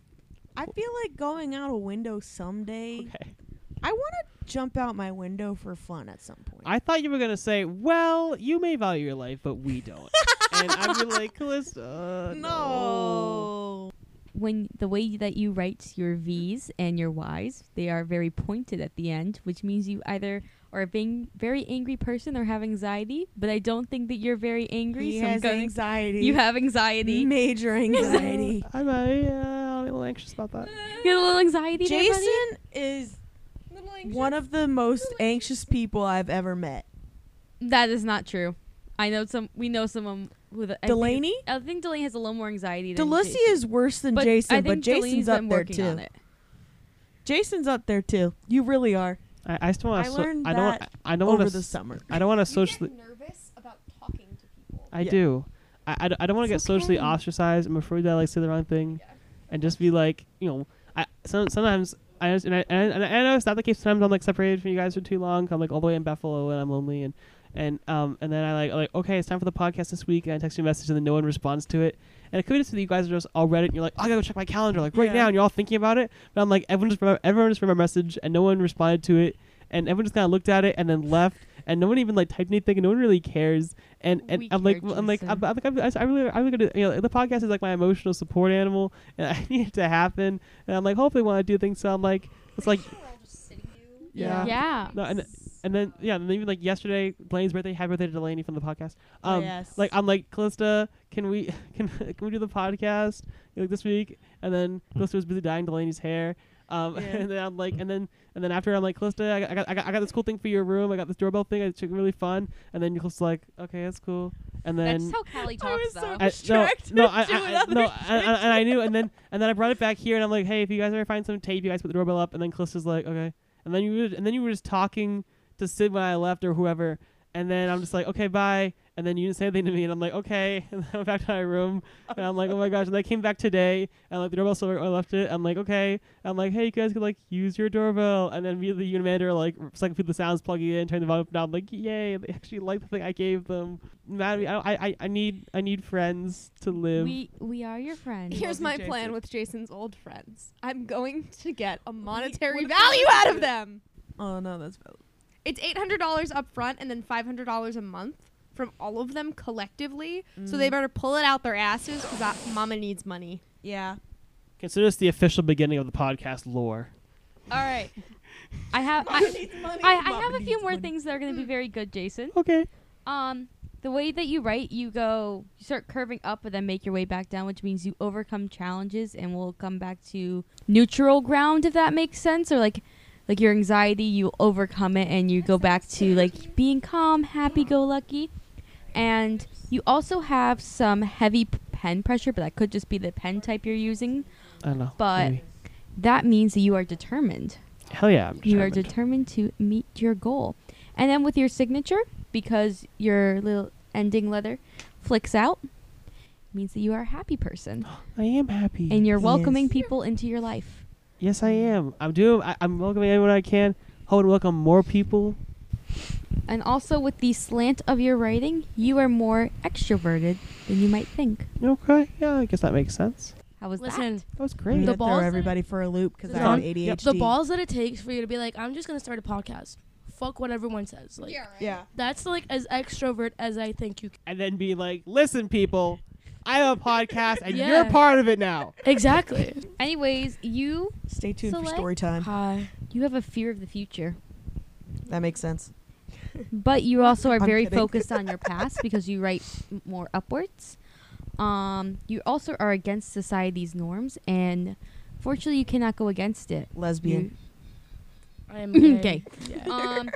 E: I feel like going out a window
F: E-,
E: someday.
C: okay.
E: I want to jump out my window for fun at some point.
C: I thought you were gonna say, well, you may value your life, but we don't. and I'd be like, Callista, no.
I: when the way that you write your V's and your Y's, they are very pointed at the end, which means you either are a being very angry person or have anxiety. But I don't think that you're very angry.
E: He
I: so I'm
E: has
I: going-
E: anxiety.
I: You have anxiety.
E: major anxiety.
C: I'm uh, yeah, I'm a little anxious about that.
I: you have a little anxiety. there, buddy?
E: Jason is one of the most anxious people I've ever met.
I: that is not true. I know some. We know someone with a,
E: Delaney?
I: I think, I think Delaney has a little more anxiety. than
E: Delucy
I: Jason.
E: is worse than
I: but I
E: Jason,
I: think
E: but Jason's
I: Delaney's
E: up
I: been
E: there
I: working on
E: too.
I: it.
E: Jason's up there too. You really are.
C: I, I still want
E: I
C: to.
E: learned
C: I don't. wa-
E: that
C: I don't
E: over
C: want
E: the
C: to.
E: summer.
C: I don't want to
D: You get
C: socially.
D: nervous about talking to people.
C: I
E: Yeah.
C: do. I, I, d- I don't want to get
D: It's
C: socially
D: okay.
C: ostracized. I'm afraid that I like say the wrong thing, and just be like, you know, I some, sometimes I just, and I and I, and I know it's not the case. Sometimes I'm like separated from you guys for too long. I'm like all the way in Buffalo and I'm lonely and and um and then I like like okay, it's time for the podcast this week. And I text you a message and then no one responds to it. And it could be just that you guys are just all read it and you're like, oh, I gotta go check my calendar like right
E: Yeah.
C: now, and you're all thinking about it. But I'm like, everyone just remember, everyone just read my message and no one responded to it, and everyone just kind of looked at it and then left. And no one even like typed anything, and no one really cares. And and
I: We
C: I'm like,
I: care,
C: I'm like,
I: Jason.
C: I'm, I'm like, I'm, I really, I'm gonna, you know, the podcast is like my emotional support animal, and I need it to happen. And I'm like, hopefully, when I do things, so I'm like, it's like,
D: We're all just sitting here.
C: yeah,
I: Yeah.
C: No, and and then yeah, and then even like yesterday, Blaine's birthday, happy birthday to Delaney from the podcast.
E: Oh,
C: Um,
E: yes.
C: like I'm like Callista, can we can can we do the podcast like this week? And then Callista was busy dyeing Delaney's hair. Um,
E: Hmm. Yeah.
C: and then I'm like, and then and then after I'm like, Callista, I got, I got I got I got this cool thing for your room. I got this doorbell thing. It's really fun. And then Calista's like, okay, that's cool. And then
I: That's how Callie talks,
E: so
I: though.
E: I- distracted
C: no, no, I, I,
E: doing
C: I,
E: other
C: no, I- I- and I knew, and then and then I brought it back here, and I'm like, hey, if you guys ever find some tape, you guys put the doorbell up, and then Calista's like, okay, and then you were, and then you were just talking to Sid when I left or whoever, and then I'm just like, okay, bye, and then you didn't say anything to me, and I'm like, okay, and then I'm back to my room, and I'm like, oh my gosh, and I came back today, and like the doorbell still I left it, I'm like, okay, I'm like, hey, you guys could like use your doorbell, and then immediately you and Amanda are like sucking through the sounds, plugging it in, turning the volume down, like, yay, they actually like the thing I gave them. Maddie, I, I, I- I need, I need friends to live.
I: We we are your friends.
D: Here's
E: you,
D: my
E: Jason.
D: plan with Jason's old friends. I'm going to get a monetary value out of them.
E: oh no, that's valid.
D: It's eight hundred dollars up front and then five hundred dollars a month from all of them collectively. So
I: Mm.
D: they better pull it out their asses because Mama needs money.
E: Yeah.
C: Consider this the official beginning of the podcast lore.
I: All right. I have I, I, I have a few more things that are
E: Hmm.
I: going to be very good, Jason.
C: Okay.
I: Um, the way that you write, you go, you start curving up, but then make your way back down, which means you overcome challenges and will come back to neutral ground, if that makes sense, or like, like your anxiety, you overcome it and you go back to like being calm, happy-go-lucky, and you also have some heavy p- pen pressure, but that could just be the pen type you're using.
C: I don't know.
I: But-
C: maybe.
I: That means that you are determined.
C: hell yeah, I'm
I: You are
C: determined.
I: determined to meet your goal. And then with your signature, because your little ending letter flicks out, means that you are a happy person
C: I am happy.
I: and you're
E: Yes.
I: welcoming people into your life.
C: yes, I am. I'm doing. I, I'm welcoming everyone I can. Hope to welcome more people.
I: And also, with the slant of your writing, you are more extroverted than you might think.
C: Okay, yeah, I guess that makes sense.
I: How was
B: Listen,
C: That was
E: I'm
C: great.
E: gonna
B: The balls
E: throw
B: that
E: everybody for a loop because I
B: John,
E: have ADHD.
B: the balls that it takes for you to be like, I'm just gonna start a podcast. Fuck what everyone says. Like
E: Yeah.
B: that's like as extrovert as I think you. Can.
C: And then be like, listen, people, I have a podcast and
B: Yeah.
C: you're part of it now.
B: Exactly.
I: that? Anyways, you
E: Stay tuned for
I: Select-
E: story time.
B: Hi.
I: you have a fear of the future,
E: That makes sense.
I: but you also are
E: I'm
I: very
E: kidding.
I: focused on your past because you write m- more upwards. Um, you also are against society's norms, and fortunately, you cannot go against it.
E: Lesbian
B: I am
I: You-
B: gay. Uh,
I: gay.
B: Yeah.
I: Um,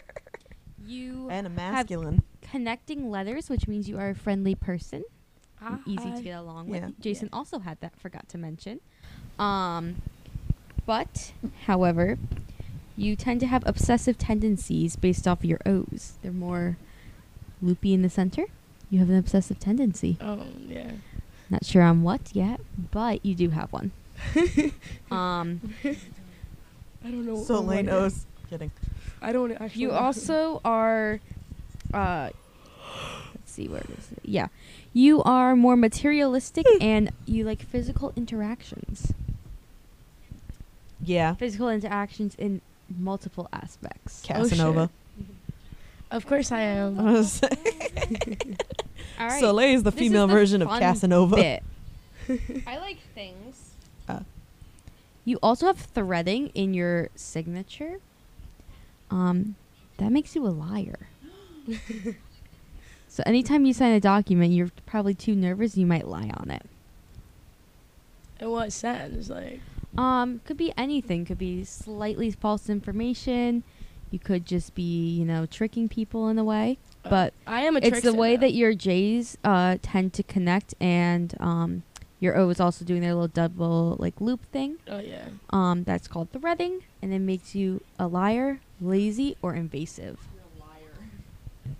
I: you
E: and a masculine.
I: connecting letters, which means you are a friendly person.
B: Hi.
I: easy to get along with.
E: Uh, Yeah.
I: Jason also had that, forgot to mention. Um, but, however, you tend to have obsessive tendencies based off your O's. They're more loopy in the center. You have an obsessive tendency.
B: Oh yeah.
I: Not sure on what yet, but you do have one. um,
B: I don't
I: Oh,
B: know.
E: So
B: what
E: Lane
B: it is.
E: knows. Kidding.
B: I don't actually.
I: you
B: know.
I: also are. Uh, let's see where it is. Yeah, you are more materialistic and you like physical interactions.
E: Yeah.
I: physical interactions in multiple aspects.
E: Casanova.
B: Of course I am.
F: Uh-huh.
E: I was saying.
I: All right.
E: Soleil is the
I: This is
E: female
I: the
E: version of
I: fun
E: Casanova. Uh,
I: bit.
G: I like things.
I: You also have threading in your signature. Um, that makes you a liar. so anytime you sign a document, you're probably too nervous. You might lie on it.
B: In what sense? Like.
I: Um, could be anything. Could be slightly false information. You could just be, you know, tricking people in a way.
B: uh,
I: But
B: I am a.
I: it's the
B: trickster,
I: way
B: though.
I: that your J's uh, tend to connect, and um, your O is also doing their little double like loop thing.
B: Oh yeah.
I: Um, that's called threading, and it makes you a liar, lazy, or invasive.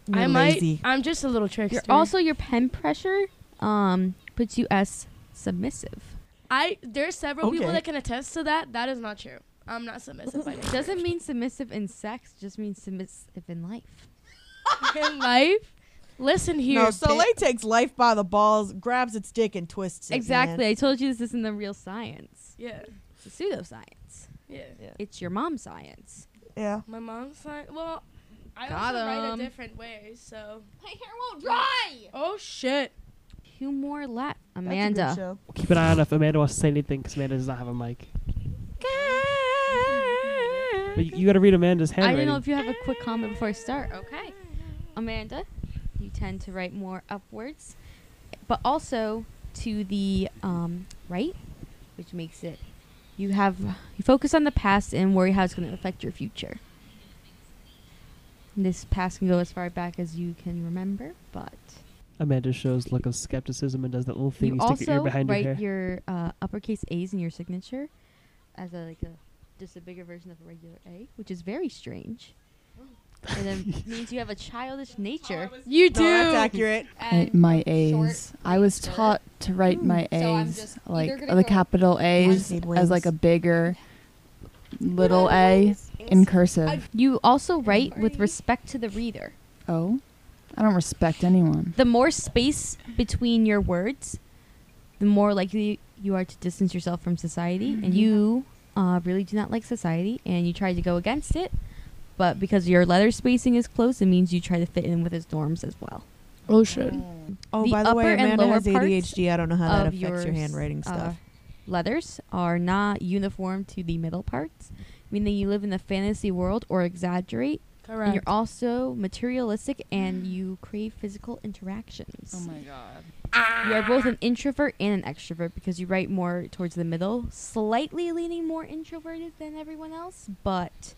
E: You're
B: I
E: lazy.
B: might. I'm just a little trickster.
I: You're also your pen pressure um, puts you as submissive.
B: I. There's several people
E: Okay.
B: that can attest to that. That is not true. I'm not submissive. by nature.
I: Doesn't mean submissive in sex, just means submissive in life.
B: in life. Listen here.
E: no,
B: bitch.
E: Soleil takes life by the balls, grabs its dick, and twists it.
I: exactly.
E: man.
I: I told you this isn't the real science.
B: Yeah.
I: It's a pseudoscience.
B: Yeah.
I: It's your mom's science.
E: Yeah.
B: My mom's side. Well, I
I: Got
B: also write a
I: him.
B: different way, so.
G: My hair won't dry.
B: Oh shit.
I: Two more left.
E: That's a good
I: Amanda.
E: show.
C: Keep an eye on if Amanda wants to say anything because Amanda does not have a mic. But you got to read Amanda's
I: I
C: handwriting.
I: don't know if you have a quick comment before I start. Okay. Amanda, you tend to write more upwards, but also to the um, right, which makes it you have you focus on the past and worry how it's going to affect your future. This past can go as far back as you can remember, but
C: Amanda shows look of skepticism and does that little thing you,
I: you
C: stick your ear
I: also
C: behind your hair.
I: write your uh, uppercase A's in your signature as a like a just a bigger version of a regular A, which is very strange. And it means you have a childish nature.
B: You
E: No, that's accurate.
L: I-
G: And
L: my
G: short,
L: A's. I was
G: skirt.
L: taught to write my
G: So I'm
L: A's,
G: just either
L: like
G: gonna
L: the
G: go
L: capital A's,
E: need
L: as like
E: wings.
L: a bigger little A in cursive.
I: You also write with respect to the reader.
L: Oh, I don't respect anyone.
I: The more space between your words, the more likely you are to distance yourself from society. And
C: Mm-hmm.
I: you uh, really do not like society, and you try to go against it. But because your letter spacing is close, it means you try to fit in with his norms as well.
B: Oh shit.
E: Oh,
I: The
E: by the
I: upper
E: way,
I: and
E: Amanda
I: lower
E: has
I: parts
E: ADHD. I don't know how that
I: of
E: affects your,
I: yours,
E: handwriting
I: uh,
E: stuff.
I: letters are not uniform to the middle parts, meaning you live in the fantasy world or exaggerate.
B: Correct.
I: And you're also materialistic and you crave physical
G: Oh
I: interactions.
L: Oh my god.
I: You are both an introvert and an extrovert because you write more towards the middle, slightly leaning more introverted than everyone else, but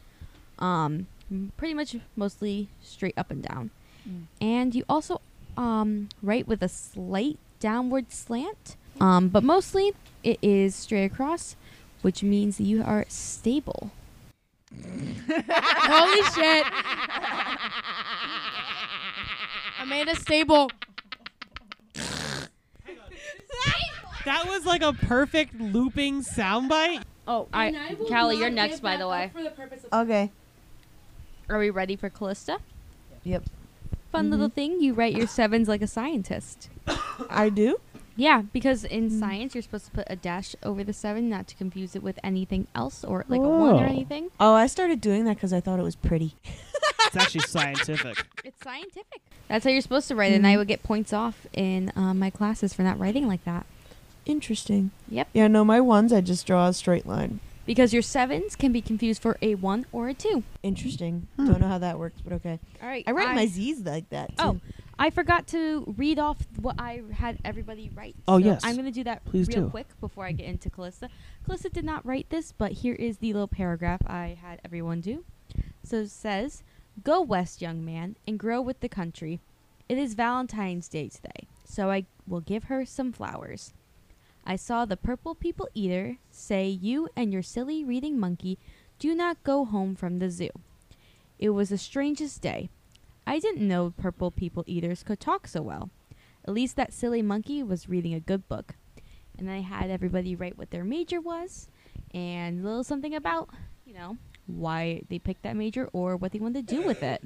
I: um, m- pretty much mostly straight up and down.
L: Mm.
I: And you also um, write with a slight downward slant, um, but mostly it is straight across, which means that you are stable.
B: Holy shit. Amanda Stable.
C: That was like a perfect looping soundbite.
I: Oh, I, Callie, you're next, by the way.
E: Okay.
I: Are we ready for Callista?
M: Yep.
I: Fun little thing. You write your sevens like a scientist.
N: I do.
I: Yeah, because in science you're supposed to put a dash over the seven, not to confuse it with anything else or like a one
C: Whoa.
I: or anything.
F: Oh, I started doing that because I thought it was pretty.
C: It's actually scientific.
I: It's scientific. That's how you're supposed to write, and I would get points off in uh, my classes for not writing like that.
F: Interesting.
I: Yep.
F: Yeah, no, my ones I just draw a straight line.
I: Because your sevens can be confused for a one or a two.
F: Interesting. Don't know how that works, but okay.
I: All right.
F: I write my Z's like that. Too.
I: Oh, I forgot to read off what I had everybody write.
C: Oh,
I: so
C: yes.
I: I'm going to do that
C: Please
I: real
C: do.
I: quick before I get into Calista. Calista did not write this, but here is the little paragraph I had everyone do. So it says, "Go west, young man, and grow with the country. It is Valentine's Day today, so I will give her some flowers." I saw the purple people eater say, "You and your silly reading monkey do not go home from the zoo." It was the strangest day. I didn't know purple people eaters could talk so well. At least that silly monkey was reading a good book. And I had everybody write what their major was and a little something about, you know, why they picked that major or what they wanted to do with it.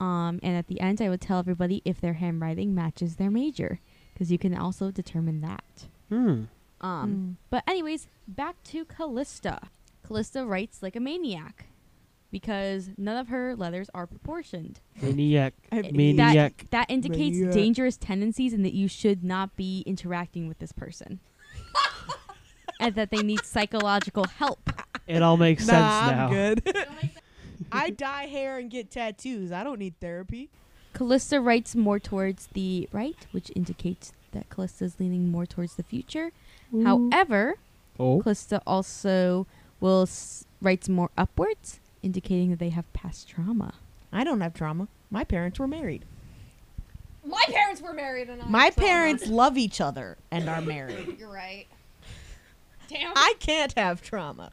I: Um, and at the end, I would tell everybody if their handwriting matches their major, because you can also determine that.
C: Hmm.
F: Mm.
I: Um, But, anyways, back to Callista. Callista writes like a maniac because none of her letters are proportioned.
C: Maniac.
F: I-
C: Maniac.
I: That, that indicates
F: Maniac.
I: dangerous tendencies and that you should not be interacting with this person. and that they need psychological help.
C: It all makes
F: nah,
C: sense now.
F: I'm good. I dye hair and get tattoos. I don't need therapy.
I: Callista writes more towards the right, which indicates that Callista is leaning more towards the future. However,
C: Oh.
I: Callista also will s- writes more upwards, indicating that they have past trauma.
F: I don't have trauma. My parents were married.
D: My parents were married and I
F: My
D: was so
F: parents love each other and are married.
D: not- You're right. Damn.
F: I can't have trauma.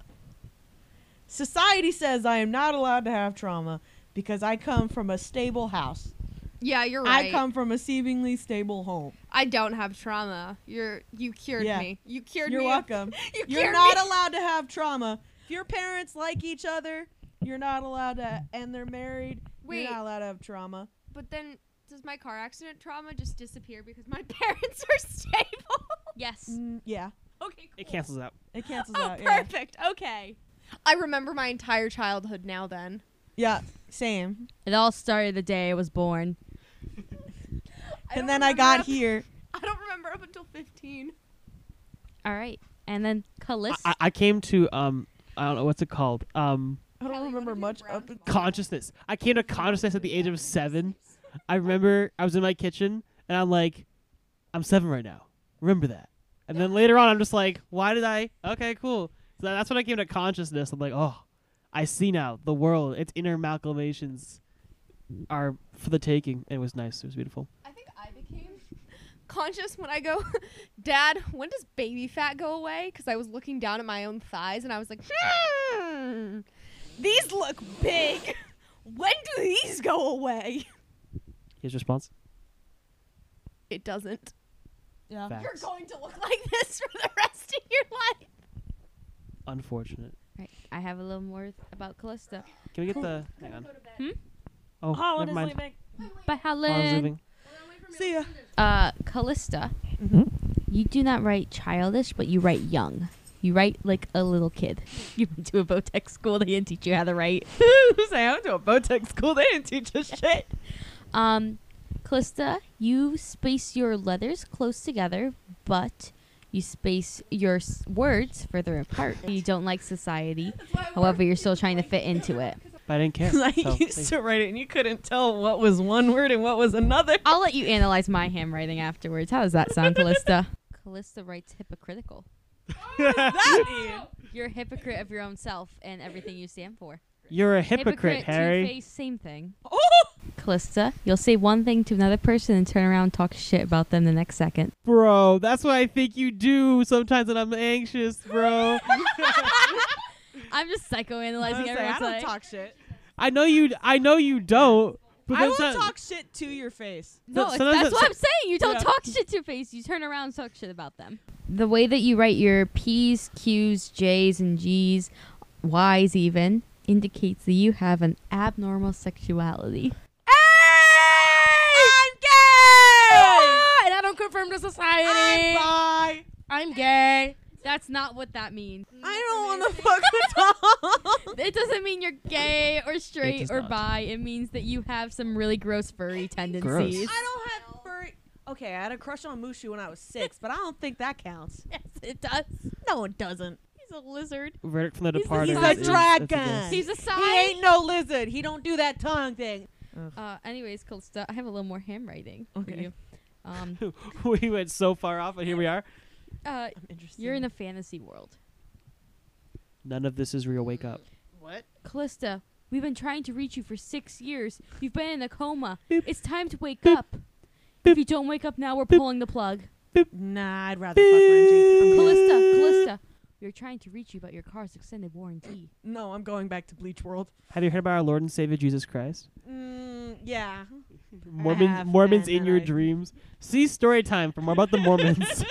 F: Society says I am not allowed to have trauma because I come from a stable house.
D: yeah, you're right.
F: I come from a seemingly stable home.
D: I don't have trauma. You're you cured
F: Yeah.
D: me. You cured
F: You're
D: me. of-
F: welcome.
D: You
F: You're
D: cured
F: not
D: me.
F: allowed to have trauma. If your parents like each other, you're not allowed to, and they're married.
D: Wait.
F: You're not allowed to have trauma.
D: But then does my car accident trauma just disappear because my parents are stable?
I: Yes.
F: Mm, yeah,
D: okay, cool.
C: It cancels out.
F: it cancels
D: Oh,
F: out. Yeah.
D: perfect. Okay. I remember my entire childhood now then.
F: yeah, same.
I: It all started the day I was born.
F: and then I got here.
D: I don't remember up until 15.
I: All right. And then
C: I,
I: Callista.
C: I- I came to um I don't know what's it called um
F: I don't
D: Kelly,
F: remember
D: what did
F: much.
D: you
F: Up
D: brown
C: consciousness. I came to consciousness at the age of seven. I remember I was in my kitchen and I'm like, I'm seven right now. Remember that. And then later on, I'm just like, why did I? Okay, cool. So that's when I came to consciousness. I'm like, oh, I see now the world. Its inner amalgamations are for the taking. It was nice. It was beautiful.
D: I think I became conscious when I go, Dad, when does baby fat go away? Because I was looking down at my own thighs and I was like, hmm, these look big. When do these go away?
C: His response.
D: It doesn't.
F: Yeah.
D: You're
C: Facts.
D: going to look like this for the rest of your life.
C: Unfortunate.
I: Right. I have a little more about Callista.
C: Can we get the? Hang on.
I: Hmm?
C: Oh,
N: Holland
C: never
N: is
C: mind.
N: leaving.
I: Bye,
C: Holland's
I: Helen.
C: leaving.
F: See ya.
I: Uh, Callista,
F: Mhm.
I: you do not write childish, but you write young. You write like a little kid. You went to a Botech school. They didn't teach you how to write.
F: Say, I went to a Botech school. They didn't teach us shit.
I: Um, Callista, you space your letters close together, but you space your s- words further apart. You don't like society. However, you're still trying to fit into it.
C: But I didn't care.
F: I
C: so
F: used to write it, and you couldn't tell what was one word and what was another.
I: I'll let you analyze my handwriting afterwards. How does that sound, Callista? Callista writes hypocritical. You're a hypocrite of your own self and everything you stand for.
C: You're a hypocrite, Harry.
I: two-faced, same thing.
F: Oh!
I: Callista, you'll say one thing to another person and turn around and talk shit about them the next second.
C: Bro, that's what I think you do sometimes when I'm anxious, bro.
I: I'm just psychoanalyzing
F: I, was like, I
I: everyone's
F: don't
I: like,
F: talk shit.
C: I know you I know you don't. But
F: I will
C: that's not-
F: talk shit to your face.
I: No,
C: So-
I: it's-
C: sometimes
I: that's
C: it-
I: what I'm saying. You don't
F: Yeah.
I: talk shit to your face. You turn around and talk shit about them. The way that you write your P's, Q's, J's, and G's, Y's even, indicates that you have an abnormal sexuality.
B: Ah, Welcome to society. I'm,
F: Bye.
B: gay.
I: That's not what that means.
F: Mm, I don't want to fuck with Tom.
I: It doesn't mean you're gay or straight
C: does
I: or
C: not.
I: bi. It means that you have some really gross furry tendencies.
F: I don't have furry. Okay, I had a crush on Mushu when I was six, but I don't think that counts.
I: Yes, it does.
F: No, it doesn't.
I: He's a lizard.
C: Verdict from the
F: He's a-
C: Departed.
F: he's a
C: is- is-
F: dragon.
C: it's yes.
I: He's a
F: He
I: side.
F: ain't no lizard. He don't do that tongue thing.
I: Uh, anyways, cool stuff. I have a little more handwriting okay. for
F: Okay.
I: you. Um,
C: we went so far off, but here we are.
I: uh,
F: I'm interested.
I: you're in a fantasy world.
C: None of this is real. Wake up.
I: Callista, we've been trying to reach you for six years. You've been in a coma.
C: Boop.
I: It's time to wake
C: Boop.
I: up. If you don't wake up now, we're pulling the plug.
F: Nah, I'd rather fuck Renji. I'm go-
I: Callista, Callista, we are trying to reach you about your car's extended warranty.
F: no, I'm going back to Bleach World.
C: Have you heard about our Lord and Savior Jesus Christ?
F: Mm, yeah.
C: Mormons,
F: have
C: Mormons
F: been,
C: in
F: and
C: your
F: I-
C: dreams. See story time for more about the Mormons.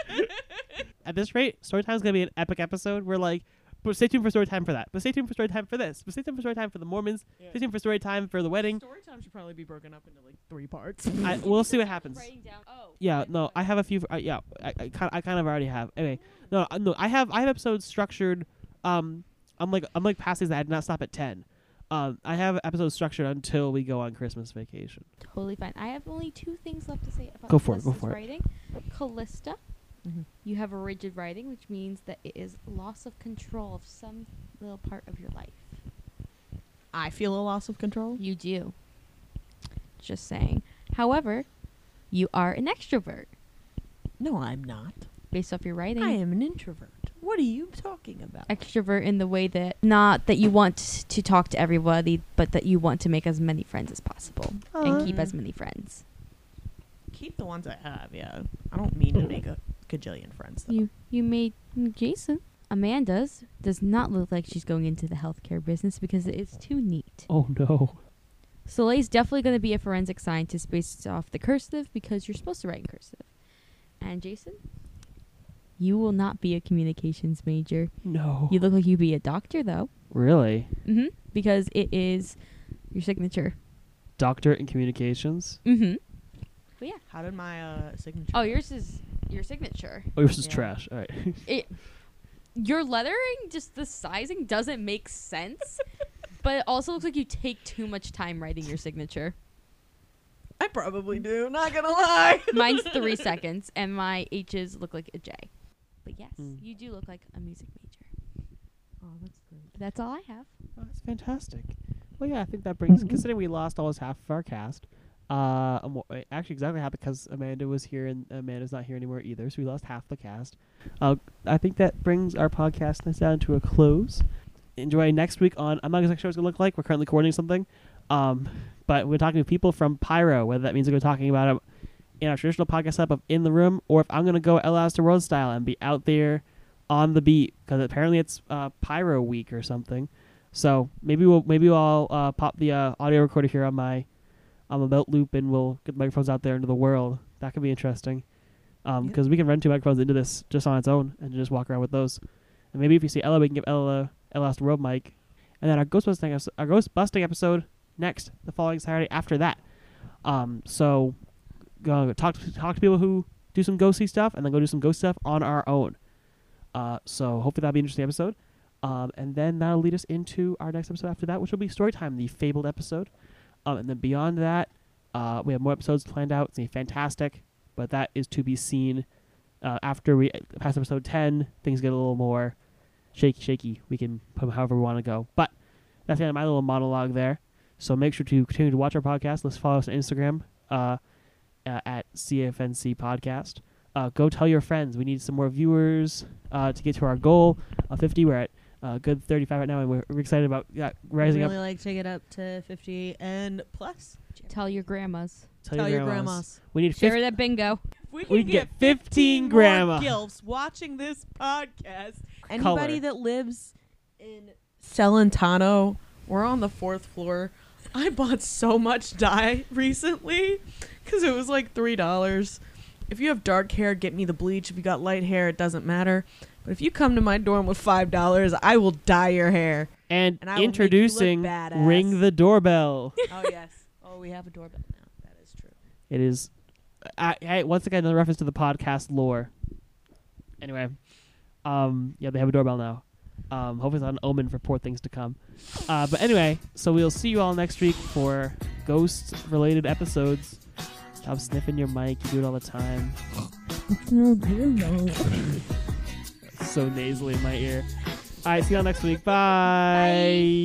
C: At this rate, story time is gonna be an epic episode. We're like, but stay tuned for story time for that. But stay tuned for story time for this. But stay tuned for story time for the Mormons. Stay tuned for story time for the wedding.
F: Story time should probably be broken up into like three parts.
C: I, we'll see what happens.
I: down. Oh.
C: Yeah, no, I have a few. Uh, yeah, I, I, kind I kind of already have. Anyway, no, uh, no, I have I have episodes structured. Um, I'm like I'm like past these that I did not stop at ten. Um, I have episodes structured until we go on Christmas vacation.
I: Totally fine. I have only two things left to say about
C: Go for it, go
I: Callista's
C: for it.
I: writing. Callista,
F: Mm-hmm.
I: you have a rigid writing, which means that it is loss of control of some little part of your life.
F: I feel a loss of control.
I: You do. Just saying. However, you are an extrovert
F: No, I'm not.
I: based off your writing.
F: I am an introvert. What are you talking about?
I: Extrovert in the way that not that you want to talk to everybody, but that you want to make as many friends as possible and keep
F: Aw.
I: as many friends.
F: Keep the ones I have. Yeah, I don't mean to make a gajillion friends. Though.
I: You you made Jason. Amanda's does not look like she's going into the healthcare business because it is too neat.
C: Oh no.
I: Soleil's definitely going to be a forensic scientist based off the cursive because you're supposed to write in cursive. And Jason, you will not be a communications major.
C: No.
I: You look like you'd be a doctor though.
C: really?
I: Mm-hmm. Because it is your signature.
C: Doctorate in communications?
I: Mm-hmm.
F: How did my uh, signature?
I: Oh, yours is your signature.
C: Oh, yours is
F: Yeah.
C: trash. All right.
I: It your lettering, just the sizing doesn't make sense. but it also looks like you take too much time writing your signature.
F: I probably do. Not gonna lie.
I: Mine's three seconds, and my H's look like a J. But yes,
C: Mm.
I: you do look like a music major. Oh, that's great. That's all I have.
C: oh, that's fantastic. Well, yeah, I think that brings. Considering we lost almost half of our cast, uh, um, wh- actually exactly half because Amanda was here and Amanda's not here anymore either, so we lost half the cast. Uh, I think that brings our podcast this down to a close. Enjoy next week on. I'm not exactly sure what it's gonna look like. We're currently coordinating something, um, but we're talking to people from Pyro. Whether that means we're talking about it in our traditional podcast setup of in the room, or if I'm gonna go El Alistair World style and be out there on the beat because apparently it's uh, Pyro Week or something. So maybe we'll maybe I'll uh, pop the uh, audio recorder here on my on the belt loop and we'll get the microphones out there into the world. That could be interesting because
F: Yep.
C: we can run two microphones into this just on its own and just walk around with those. And maybe if you see Ella, we can give Ella a last world mic. And then our ghost busting episode, our ghost busting episode next the following Saturday after that. Um, so go talk to, talk to people who do some ghosty stuff and then go do some ghost stuff on our own. Uh, so hopefully that'll be an interesting episode. Um, and then that'll lead us into our next episode after that, which will be Storytime, the fabled episode. Um, and then beyond that, uh, we have more episodes planned out. It's going to be fantastic, but that is to be seen uh, after we pass episode 10. Things get a little more shaky, shaky. We can put 'em however we want to go. But that's the end of my little monologue there. So make sure to continue to watch our podcast. Let's follow us on Instagram uh, uh, at CFNC Podcast. Uh, go tell your friends. We need some more viewers uh, to get to our goal of 50. We're at uh, good 35 right now, and we're, we're excited about yeah, rising
F: really
C: up.
F: like to get up to 50 and plus.
I: Tell your grandmas.
F: Tell your grandmas.
C: We need
I: Share
C: 50.
I: it at bingo.
F: We
C: We can get 15 grandma.
F: more gilfs watching this podcast.
C: Color.
F: Anybody that lives in Celentano, we're on the fourth floor. I bought so much dye recently because it was like three dollars. If you have dark hair, get me the bleach. If you got light hair, it doesn't matter. But if you come to my dorm with five dollars, I will dye your hair.
C: And,
F: And I will make you look
C: introducing
F: badass.
C: Ring the Doorbell.
F: Oh yes. Oh, we have a doorbell now. That is true.
C: it is I, I once again another reference to the podcast lore. Anyway, um, yeah, they have a doorbell now. Um, hopefully it's not an omen for poor things to come. Uh, but anyway, so we'll see you all next week for ghost-related episodes. Stop sniffing your mic. You do it all the time. so nasally in my ear. All right, see y'all next week. Bye.